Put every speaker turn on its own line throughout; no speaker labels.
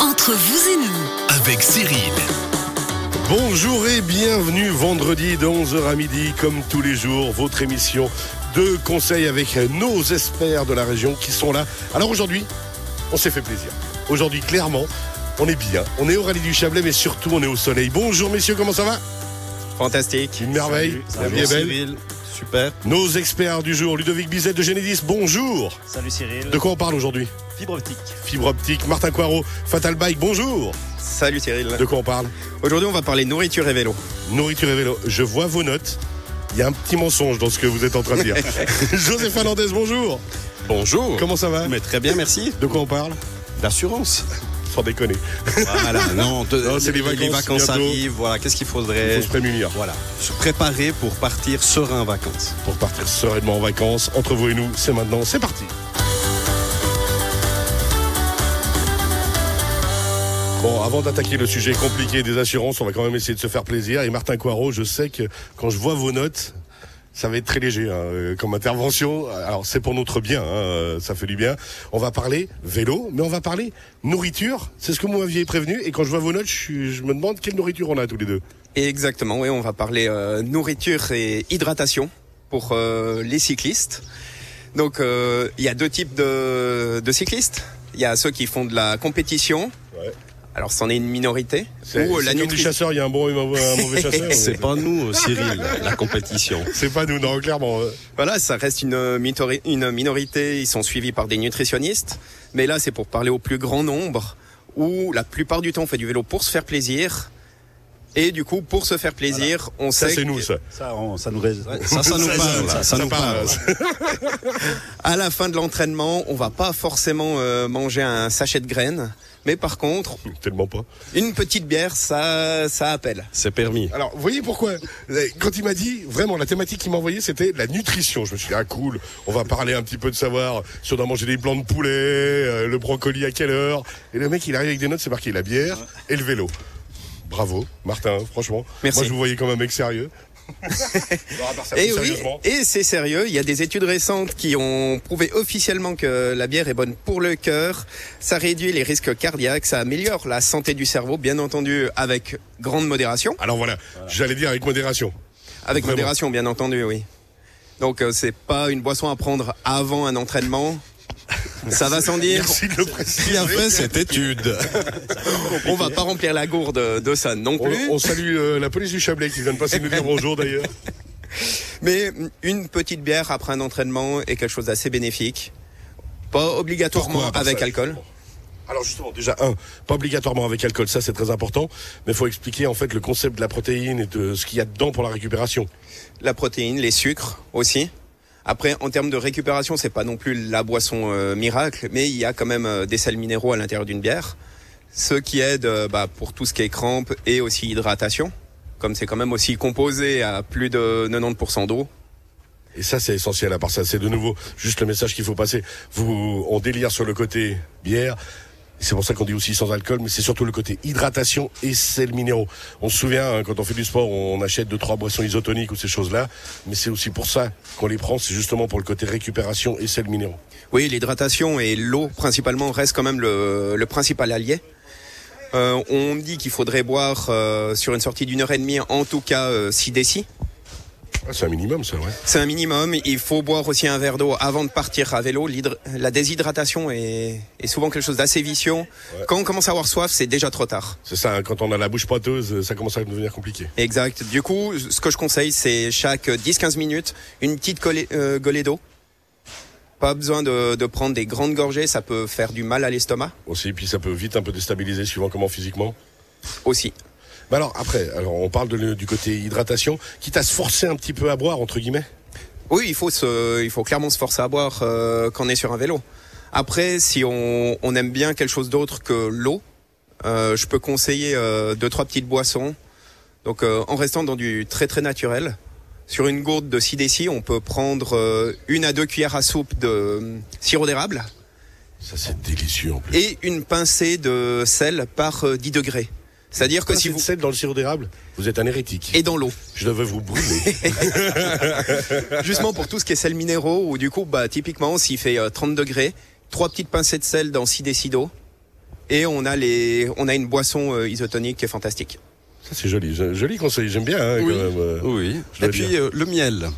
Entre vous et nous,
avec Cyril.
Bonjour et bienvenue vendredi de 11h à midi, comme tous les jours, votre émission de conseils avec nos experts de la région qui sont là. Alors aujourd'hui, on s'est fait plaisir. Aujourd'hui, clairement, on est bien. On est au Rallye du Chablais, mais surtout, on est au soleil. Bonjour messieurs, comment ça va
Fantastique.
Une merveille. La vie est belle.
Super.
Nos experts du jour, Ludovic Bizet de Genédis, bonjour.
Salut Cyril.
De quoi on parle aujourd'hui
Fibre optique.
Fibre optique, Martin Coirot, Fatal Bike, bonjour.
Salut Cyril.
De quoi on parle
Aujourd'hui, on va parler nourriture et vélo.
Nourriture et vélo. Je vois vos notes. Il y a un petit mensonge dans ce que vous êtes en train de dire. José Fernandez, bonjour.
Bonjour.
Comment ça va
Mais très bien, merci.
De quoi on parle
D'assurance.
Sans déconner.
Voilà, non, de-
Non, c'est les vacances bientôt.
arrivent. Voilà, qu'est-ce qu'il
Il
faudrait
faut se prémunir.
Voilà, se préparer pour partir serein en vacances.
Pour partir sereinement en vacances, entre vous et nous, c'est maintenant, c'est parti. Bon, avant d'attaquer le sujet compliqué des assurances, on va quand même essayer de se faire plaisir. Et Martin Coirot, je sais que quand je vois vos notes, ça va être très léger hein, euh, comme intervention. Alors c'est pour notre bien, hein, euh, ça fait du bien. On va parler vélo, mais on va parler nourriture. C'est ce que vous m'aviez prévenu. Et quand je vois vos notes, je, suis- je me demande quelle nourriture on a tous les deux.
Exactement, oui, on va parler euh, nourriture et hydratation pour euh, les cyclistes. Donc, euh, il y a deux types de, de cyclistes. Il y a ceux qui font de la compétition.
Ouais.
Alors, c'en est une minorité.
C'est
Ou euh,
c'est
la
comme du
nutrition.
chasseur, il y a un bon et un mauvais chasseur.
C'est pas nous, Cyril, la compétition.
C'est pas nous, non, clairement. euh,
Voilà, ça reste une, euh, mitori- une minorité. Ils sont suivis par des nutritionnistes. Mais là, c'est pour parler au plus grand nombre, où la plupart du temps, on fait du vélo pour se faire plaisir. Et du coup, pour se faire plaisir, on
Ça,
sait
c'est
que-
nous, ça.
Ça, on- ça nous reste.
Ça, ça nous
Ça,
parle.
ça,
Ça,
ça
nous
parle.
parle.
À la fin de l'entraînement, on va pas forcément euh, manger un sachet de graines, mais par contre,
Tellement pas.
une petite bière, ça, ça appelle.
C'est permis.
Alors, vous voyez pourquoi Euh, Quand il m'a dit, vraiment, la thématique qu'il m'a envoyée, c'était la nutrition. Je me suis dit, ah cool, on va parler un petit peu de savoir si on doit manger des blancs de poulet, euh, le brocoli à quelle heure. Et le mec, il arrive avec des notes, c'est marqué la bière et le vélo. Bravo, Martin, franchement.
Merci.
Moi, je vous voyez comme un mec sérieux. Non, à part ça,
Et
plus
oui,
sérieusement,
et c'est sérieux. Il y a des études récentes qui ont prouvé officiellement que la bière est bonne pour le cœur. Ça réduit les risques cardiaques, ça améliore la santé du cerveau, bien entendu, avec grande modération.
Alors voilà, j'allais dire avec modération.
Avec
Vraiment.
modération, bien entendu, oui. Donc euh, c'est pas une boisson à prendre avant un entraînement. Ça va sans dire.
Merci de le préciser.
Bien fait cette étude.
On va pas remplir la gourde de ça non
On,
plus.
on salue euh, la police du Chablais qui vient de passer nous dire bonjour d'ailleurs.
Mais une petite bière après un entraînement est quelque chose d'assez bénéfique. Pas obligatoirement
Pourquoi Parce
avec
que-
alcool.
Alors justement, déjà un, pas obligatoirement avec alcool, ça c'est très important, mais il faut expliquer en fait le concept de la protéine et de ce qu'il y a dedans pour la récupération.
La protéine, les sucres aussi. Après, en termes de récupération, c'est pas non plus la boisson euh, miracle, mais il y a quand même euh, des sels minéraux à l'intérieur d'une bière, ce qui aide euh, bah, pour tout ce qui est crampes et aussi hydratation, comme c'est quand même aussi composé à plus de 90% d'eau.
Et ça c'est essentiel. À part ça, c'est de nouveau juste le message qu'il faut passer. Vous, on délire sur le côté bière. C'est pour ça qu'on dit aussi sans alcool, mais c'est surtout le côté hydratation et sel minéraux. On se souvient, hein, quand on fait du sport, on achète deux, trois boissons isotoniques ou ces choses-là, mais c'est aussi pour ça qu'on les prend, c'est justement pour le côté récupération et sel minéraux.
Oui, l'hydratation et l'eau principalement restent quand même le, le principal allié. Euh, on dit qu'il faudrait boire euh, sur une sortie d'une heure et demie, en tout cas euh, 6 décis.
Ah, c'est un minimum, ça, ouais.
C'est un minimum. Il faut boire aussi un verre d'eau avant de partir à vélo. L'hydr- La déshydratation est, est souvent quelque chose d'assez vicieux. Quand on commence à avoir soif, c'est déjà trop tard.
C'est ça, hein, quand on a la bouche poiteuse, ça commence à devenir compliqué.
Exact. Du coup, ce que je conseille, c'est chaque 10-15 minutes, une petite collée, euh, golée d'eau. Pas besoin de, de prendre des grandes gorgées, ça peut faire du mal à l'estomac
aussi, puis ça peut vite un peu déstabiliser suivant comment physiquement.
aussi.
Mais alors après, alors on parle de le- du côté hydratation, quitte à se forcer un petit peu à boire entre guillemets.
Oui, il faut, se, il faut clairement se forcer à boire euh, quand on est sur un vélo. Après, si on, on aime bien quelque chose d'autre que l'eau, euh, je peux conseiller euh, deux trois petites boissons. Donc, euh, en restant dans du très très naturel, sur une gourde de 6 décis, on peut prendre euh, une à deux cuillères à soupe de euh, sirop d'érable
Ça c'est délicieux en plus.
et une pincée de sel par euh, 10 degrés. C'est-à-dire que si vous
dans le sirop d'érable, vous êtes un hérétique.
et dans l'eau.
Je devais vous brûler.
Justement pour tout ce qui est sel minéraux, ou du coup, bah, typiquement, s'il fait euh, 30 degrés, trois petites pincées de sel dans 6 décis d'eau, Et on a, les, on a une boisson euh, isotonique qui est fantastique.
Ça, c'est joli, je- joli conseil, j'aime bien. hein,
Oui.
quand même, euh.
Oui.
Je
Et
dois
puis euh, le miel.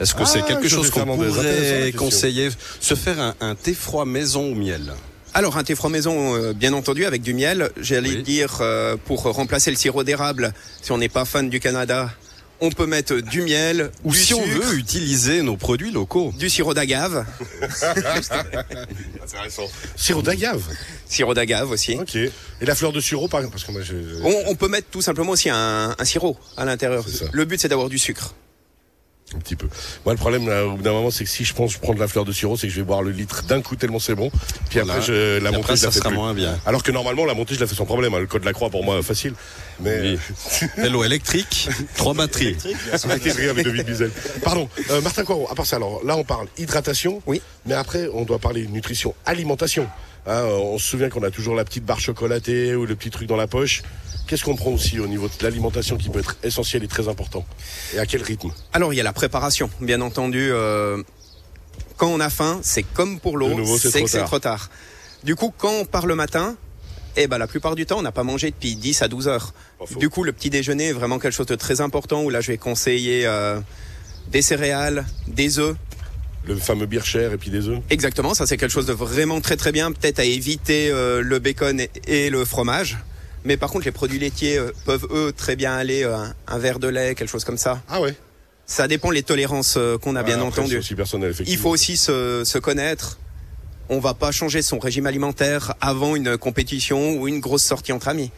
Est-ce que
Ah,
c'est quelque
José
chose qu'on
Fernandez, intéressant, la
pourrait
question.
conseiller Se faire un, un thé froid maison au miel.
Alors un thé froid maison, euh, bien entendu, avec du miel. J'allais
Oui.
dire euh, pour remplacer le sirop d'érable, si on n'est pas fan du Canada, on peut mettre du miel
Ou
du
si on
sucre,
veut utiliser nos produits locaux.
du sirop d'agave,
Sirop d'agave,
sirop d'agave aussi.
ok. Et la fleur de sureau, par exemple, parce que moi, je- je-
On, on peut mettre tout simplement aussi un, un sirop à l'intérieur.
C'est ça.
Le but c'est d'avoir du sucre.
un petit peu. Moi, le problème, là, au bout d'un moment, c'est que si je pense prendre la fleur de sirop, c'est que je vais boire le litre d'un coup tellement c'est bon. Puis
Voilà.
après, je, la
Et
montée,
après,
je la
ça
fais
sera
plus.
moins bien.
Alors que normalement, la montée, je la fais sans problème. hein. Le code de la croix, pour moi, facile. Mais
Oui. Vélo électrique, trois batteries.
Électrique avec David Bizel. Pardon, euh, Martin Coirot, à part ça, alors là on parle hydratation,
Oui.
mais après on doit parler nutrition, alimentation. Hein, euh, on se souvient qu'on a toujours la petite barre chocolatée ou le petit truc dans la poche. Qu'est-ce qu'on prend aussi au niveau de l'alimentation qui peut être essentiel et très important Et à quel rythme
Alors il y a la préparation, bien entendu. euh, quand on a faim, c'est comme pour
De
l'eau,
nouveau, c'est
c'est
trop
que c'est
tard.
trop tard. Du coup, quand on part le matin, eh ben, la plupart du temps, on n'a pas mangé depuis 10 à 12 heures.
Pas faux.
Du coup, le petit déjeuner est vraiment quelque chose de très important où là, je vais conseiller euh, des céréales, des œufs.
Le fameux bircher et puis des œufs
Exactement, ça c'est quelque chose de vraiment très très bien. Peut-être à éviter euh, le bacon et, et le fromage. Mais par contre, les produits laitiers euh, peuvent, eux, très bien aller euh, un, un verre de lait, quelque chose comme ça.
Ah ouais
Ça dépend les tolérances euh, qu'on a, bien
Ah, après,
entendu.
C'est aussi personnel, effectivement.
Il faut aussi se, se connaître. On va pas changer son régime alimentaire avant une compétition ou une grosse sortie entre amis.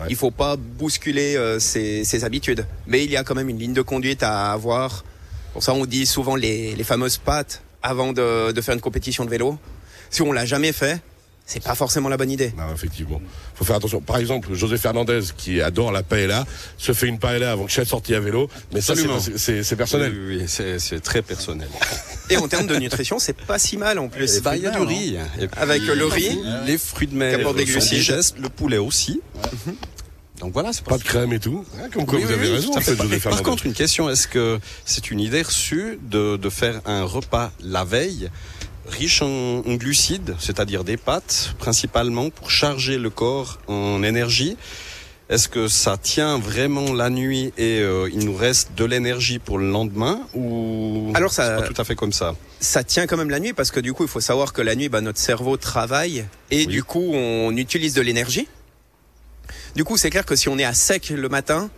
Ouais.
Il faut pas bousculer euh, ses, ses habitudes. Mais il y a quand même une ligne de conduite à avoir. Pour ça, on dit souvent les, les fameuses pattes avant de, de faire une compétition de vélo. Si on l'a jamais fait, c'est pas forcément la bonne idée.
Non, effectivement. Faut faire attention. Par exemple, José Fernandez, qui adore la paella, se fait une paella avant que chaque sortie à vélo. Mais ça,
Absolument.
c'est- c'est c'est
Oui,
personnel.
oui, oui, c'est c'est très personnel.
Et en termes de nutrition, c'est pas si mal hein. en plus.
Bah, il y a du riz. Et puis,
Avec euh, le riz.
les fruits de mer,
Qu'apporte des
sont
glucides.
digestes, le poulet aussi. Donc voilà, c'est
Pas de crème et tout. Hein, comme quoi,
Oui,
vous
oui,
avez
oui,
raison.
tout à
en fait,
fait.
José
Par
Fernandez.
contre, une question est-ce que c'est une idée reçue de, de faire un repas la veille riche en, en glucides, c'est-à-dire des pâtes principalement pour charger le corps en énergie Est-ce que ça tient vraiment la nuit et euh, il nous reste de l'énergie pour le lendemain ou
Alors, ça-
c'est pas tout à fait comme ça
ça tient quand même la nuit parce que du coup, il faut savoir que la nuit, bah, notre cerveau travaille et du coup, on utilise de l'énergie. Du coup, c'est clair que si on est à sec le matin,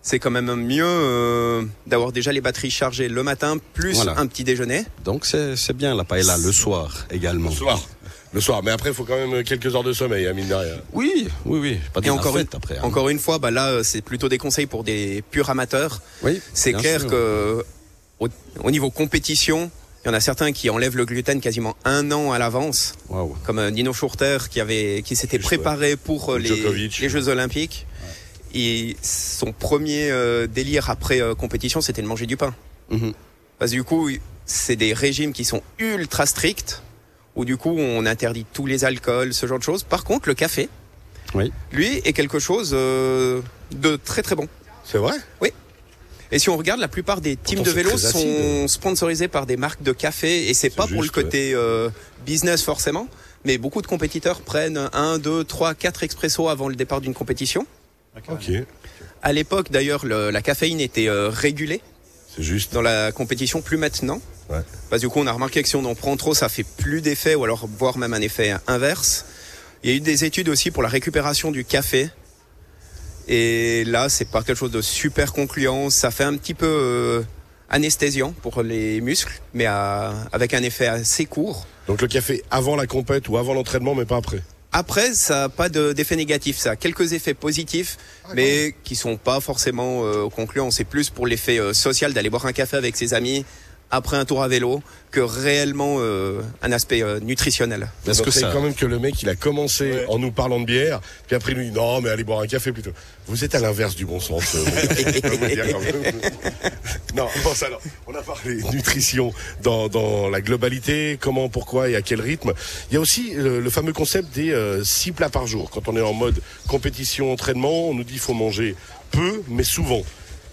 c'est quand même mieux euh, d'avoir déjà les batteries chargées le matin plus
Voilà.
un petit déjeuner.
Donc c'est c'est bien la paella le soir également.
Le soir. Le soir. Mais après, il faut quand même quelques heures de sommeil, à mine de rien.
Oui, oui, oui. Pas
Et
dire la
encore,
fête
une,
après. hein.
encore une fois, bah là, euh, c'est plutôt des conseils pour des purs amateurs.
Oui,
C'est
bien
clair
sûr.
que au, au niveau compétition, il y en a certains qui enlèvent le gluten quasiment un an à l'avance.
Waouh.
comme euh, Nino Schurter qui avait qui s'était
Juste,
préparé pour euh, les,
Djokovic.
les Jeux Olympiques. Et son premier euh, délire après euh, compétition, c'était de manger du pain.
Mhm.
Parce que du coup, c'est des régimes qui sont ultra stricts, où du coup, on interdit tous les alcools, ce genre de choses. Par contre, le café,
Oui.
lui, est quelque chose euh, de très très bon.
C'est vrai
Et si on regarde, la plupart des teams
Pourtant,
de
c'est
vélo
très acide.
sont sponsorisés par des marques de café et c'est pas pour le
juste,
côté euh, business forcément, mais beaucoup de compétiteurs prennent 1, 2, 3, 4 expressos avant le départ d'une compétition.
Ok.
À l'époque d'ailleurs, le- la caféine était euh, régulée
C'est juste.
dans la compétition, plus maintenant.
Ouais.
Parce que du coup, on a remarqué que si on en prend trop, ça fait plus d'effet ou alors voire même un effet inverse. Il y a eu des études aussi pour la récupération du café. Et là, c'est pas quelque chose de super concluant. Ça fait un petit peu euh, anesthésiant pour les muscles, mais à- avec un effet assez court.
Donc le café avant la compète ou avant l'entraînement, mais pas après.
Après, ça n'a pas de- d'effet négatif, ça a quelques effets positifs, mais qui sont pas forcément euh, concluants. C'est plus pour l'effet euh, social d'aller boire un café avec ses amis après un tour à vélo que réellement euh, un aspect euh, nutritionnel.
Est-ce que
c'est
ça
quand même que le mec, il a commencé en nous parlant de bière, puis après il nous dit non, mais allez boire un café plutôt. Vous êtes à l'inverse du bon sens. euh, mon gars. Je peux vous le dire quand même. non, bon, ça, alors, on a parlé nutrition dans, dans la globalité, comment, pourquoi et à quel rythme. Il y a aussi euh, le fameux concept des euh, six plats par jour. Quand on est en mode compétition, entraînement, on nous dit faut manger peu, mais souvent.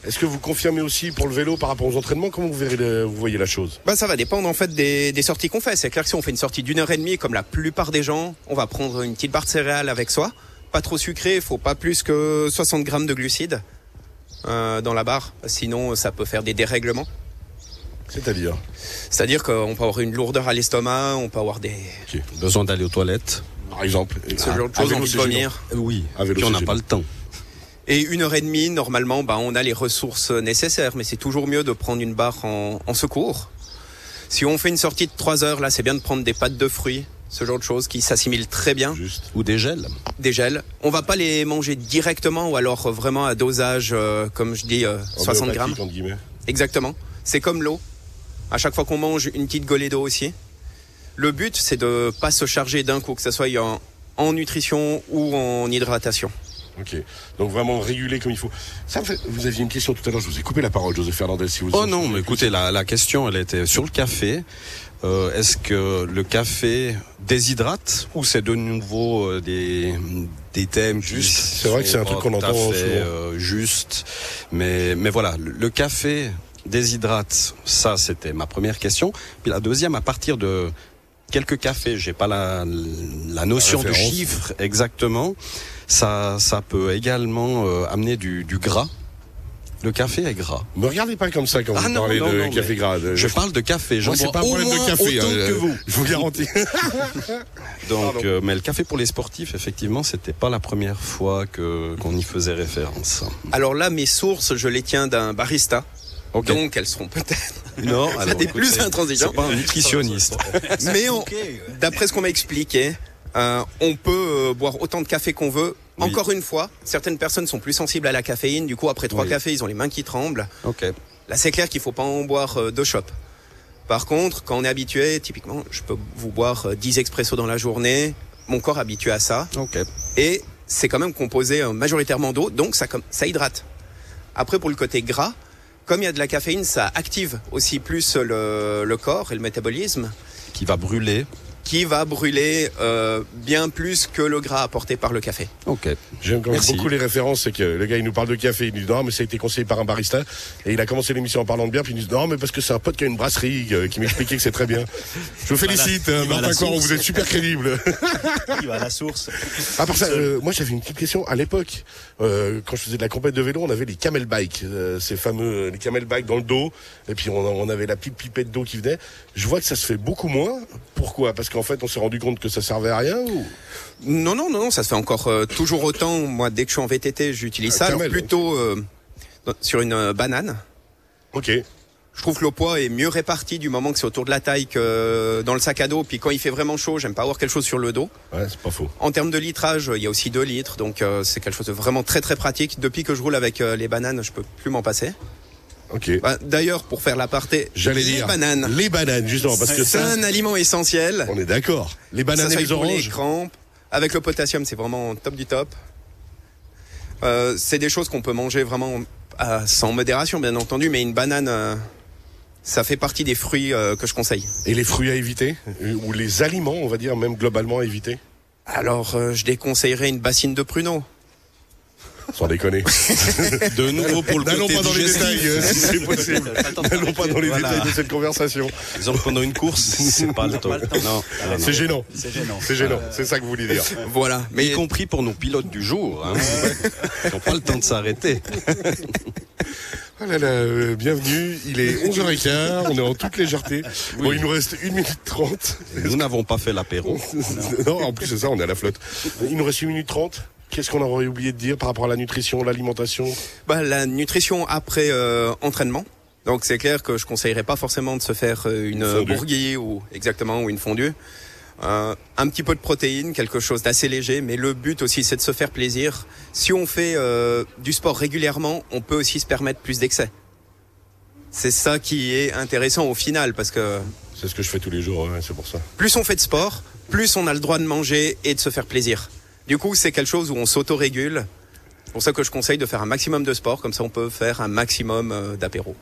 Est-ce que vous confirmez aussi pour le vélo par rapport aux entraînements Comment vous, verrez le- vous voyez la chose
Bah, ça va dépendre en fait des, des sorties qu'on fait. C'est clair que si on fait une sortie d'une heure et demie, comme la plupart des gens, on va prendre une petite barre de céréales avec soi. Pas trop sucré, faut pas plus que 60 grammes de glucides euh, dans la barre. Sinon, ça peut faire des dérèglements.
C'est-à-dire
C'est-à-dire qu'on peut avoir une lourdeur à l'estomac, on peut avoir des
Besoin d'aller aux toilettes.
Par exemple
ce genre de
Ah, à
choses,
vélo,
envie de
c'est gênant.
vomir.
Euh, Oui.
À vélo,
Puis on n'a
c'est
pas
gênant.
le temps.
Et une heure et demie, normalement, bah, on a les ressources nécessaires, mais c'est toujours mieux de prendre une barre en, en secours. Si on fait une sortie de 3 heures, là, c'est bien de prendre des pâtes de fruits, ce genre de choses qui s'assimilent très bien,
Juste.
Ou des gels.
des gels. On va pas les manger directement ou alors euh, vraiment à dosage, euh, comme je dis, euh, 60
Homéopathique,
grammes.
entre guillemets.
Exactement. C'est comme l'eau. À chaque fois qu'on mange, une petite golée d'eau aussi. Le but, c'est de pas se charger d'un coup, que ce soit en, en nutrition ou en hydratation.
Ok. Donc vraiment réguler comme il faut. Ça, vous- vous aviez une question tout à l'heure. Je vous ai coupé la parole, José Fernandez. Si vous
Oh non, mais écoutez, la, la question, elle était sur le café. Euh, Est-ce que le café déshydrate ou c'est de nouveau euh, des, des thèmes
Juste.
juste
C'est vrai que c'est un truc qu'on entend souvent.
euh, juste, mais mais voilà, le, le café déshydrate. Ça, c'était ma première question. Puis la deuxième, à partir de quelques cafés, j'ai pas la la notion
La
de
référence.
chiffre exactement. Ça ça peut également euh, amener du, du gras. Le café est gras.
Me regardez pas comme ça quand
Ah
vous
non,
parlez
non,
de
non,
café
mais
gras. de-
Euh, Je parle de café, j'en
Moi, c'est
bois
pas un
au
problème
moins
de café.
autant
hein,
que vous.
Je vous garantis.
euh, Donc, euh, mais le café pour les sportifs, effectivement, c'était pas la première fois que qu'on y faisait référence.
Alors là, mes sources, je les tiens d'un barista.
Ok.
Donc elles seront peut-être.
non, alors,
des
écoutez,
plus intransigeants.
C'est pas un nutritionniste.
Mais on- d'après ce qu'on m'a expliqué, euh, on peut euh, boire autant de café qu'on veut.
Oui.
Encore une fois, certaines personnes sont plus sensibles à la caféine. Du coup, après trois
Oui.
cafés, ils ont les mains qui tremblent.
ok.
Là, c'est clair qu'il faut pas en boire euh, deux chopes. Par contre, quand on est habitué, typiquement, je peux vous boire euh, 10 expressos dans la journée. Mon corps est habitué à ça.
Ok.
Et c'est quand même composé euh, majoritairement d'eau, donc ça, com- ça hydrate. Après, pour le côté gras, comme il y a de la caféine, ça active aussi plus le, le corps et le métabolisme,
Qui va brûler.
qui va brûler euh, bien plus que le gras apporté par le café.
Ok.
J'aime quand même
Merci.
beaucoup les références, c'est que le gars il nous parle de café, il nous dit non mais ça a été conseillé par un barista et il a commencé l'émission en parlant de bière puis il nous dit non mais parce que c'est un pote qui a une brasserie euh, qui m'expliquait que c'est très bien. Je vous félicite,
Voilà.
euh,
Il va à la
Martin Coiron,
source.
vous êtes super crédible.
Il va à la source.
À part ça, euh, moi j'avais une petite question. À l'époque, euh, quand je faisais de la compète de vélo, on avait les camel bikes, euh, ces fameux euh, les camel bikes dans le dos, et puis on, on avait la petite pipette d'eau qui venait. Je vois que ça se fait beaucoup moins. Pourquoi Parce qu'en fait, on s'est rendu compte que ça servait à rien. Ou...
Non, non, non, non, ça se fait encore euh, toujours autant. Moi, dès que je suis en VTT, j'utilise
Un
ça. Alors
camel,
plutôt euh, dans- sur une euh, banane.
Ok.
Je trouve que le poids est mieux réparti du moment que c'est autour de la taille que dans le sac à dos. Puis quand il fait vraiment chaud, j'aime pas avoir quelque chose sur le dos.
Ouais, c'est pas faux.
En termes de litrage, il y a aussi 2 litres, donc euh, c'est quelque chose de vraiment très très pratique. Depuis que je roule avec euh, les bananes, je peux plus m'en passer.
Ok.
Bah, D'ailleurs, pour faire l'aparté,
J'allais
les
dire
bananes,
Les bananes, justement, parce que
c'est
ça,
un aliment essentiel.
on est d'accord. Les
Ça
bananes et
soit
les
pour les
oranges.
crampes. Avec le potassium, c'est vraiment top du top. Euh, c'est des choses qu'on peut manger vraiment euh, sans modération, bien entendu, mais une banane, euh, ça fait partie des fruits euh, que je conseille.
Et les fruits à éviter, euh, ou les aliments, on va dire, même globalement à éviter.
Alors, euh, je déconseillerais une bassine de pruneaux.
Sans déconner.
De nouveau pour le
N'allons
côté
pas dans les
digestif.
détails, euh, si c'est possible. N'allons pas dans les
Voilà.
détails de cette conversation.
Exemple, pendant une course, c'est pas le temps.
Pas le temps.
Non, non, non.
C'est gênant.
C'est gênant.
C'est gênant. C'est ça que vous voulez dire.
Voilà. Mais
Y compris pour nos pilotes du jour. Hein. Ils n'ont pas le temps de s'arrêter.
Oh là là, euh, bienvenue. Il est 11h15. On est en toute légèreté. Bon, il nous reste 1 minute 30.
Nous n'avons pas fait l'apéro.
Non, en plus de ça, on est à la flotte. Il nous reste 1 minute 30. Qu'est-ce qu'on aurait oublié de dire par rapport à la nutrition, l'alimentation
Bah, la nutrition après euh, entraînement. Donc c'est clair que je conseillerais pas forcément de se faire euh, une,
Une fondue.
bourguille ou exactement ou une fondue. Euh, un petit peu de protéines, quelque chose d'assez léger, mais le but aussi c'est de se faire plaisir. Si on fait euh, du sport régulièrement, on peut aussi se permettre plus d'excès. C'est ça qui est intéressant au final parce que
C'est ce que je fais tous les jours, ouais, c'est pour ça.
plus on fait de sport, plus on a le droit de manger et de se faire plaisir. Du coup, c'est quelque chose où on s'autorégule pour ça que je conseille de faire un maximum de sport, comme ça on peut faire un maximum euh, d'apéro.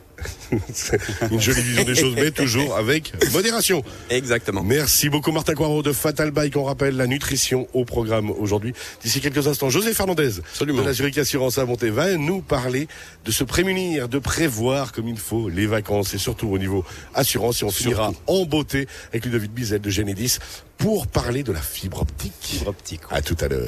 C'est une jolie vision des choses, mais toujours avec modération.
Exactement.
Merci beaucoup Martin Coiro de Fatal Bike. On rappelle la nutrition au programme aujourd'hui. D'ici quelques instants, José Fernandez
Absolument.
de la Zurich Assurance à Monté va nous parler de se prémunir, de prévoir comme il faut les vacances et surtout au niveau assurance. Et on finira en beauté avec Ludovic Bizet de Genedis pour parler de la fibre optique.
Fibre optique.
À tout à l'heure.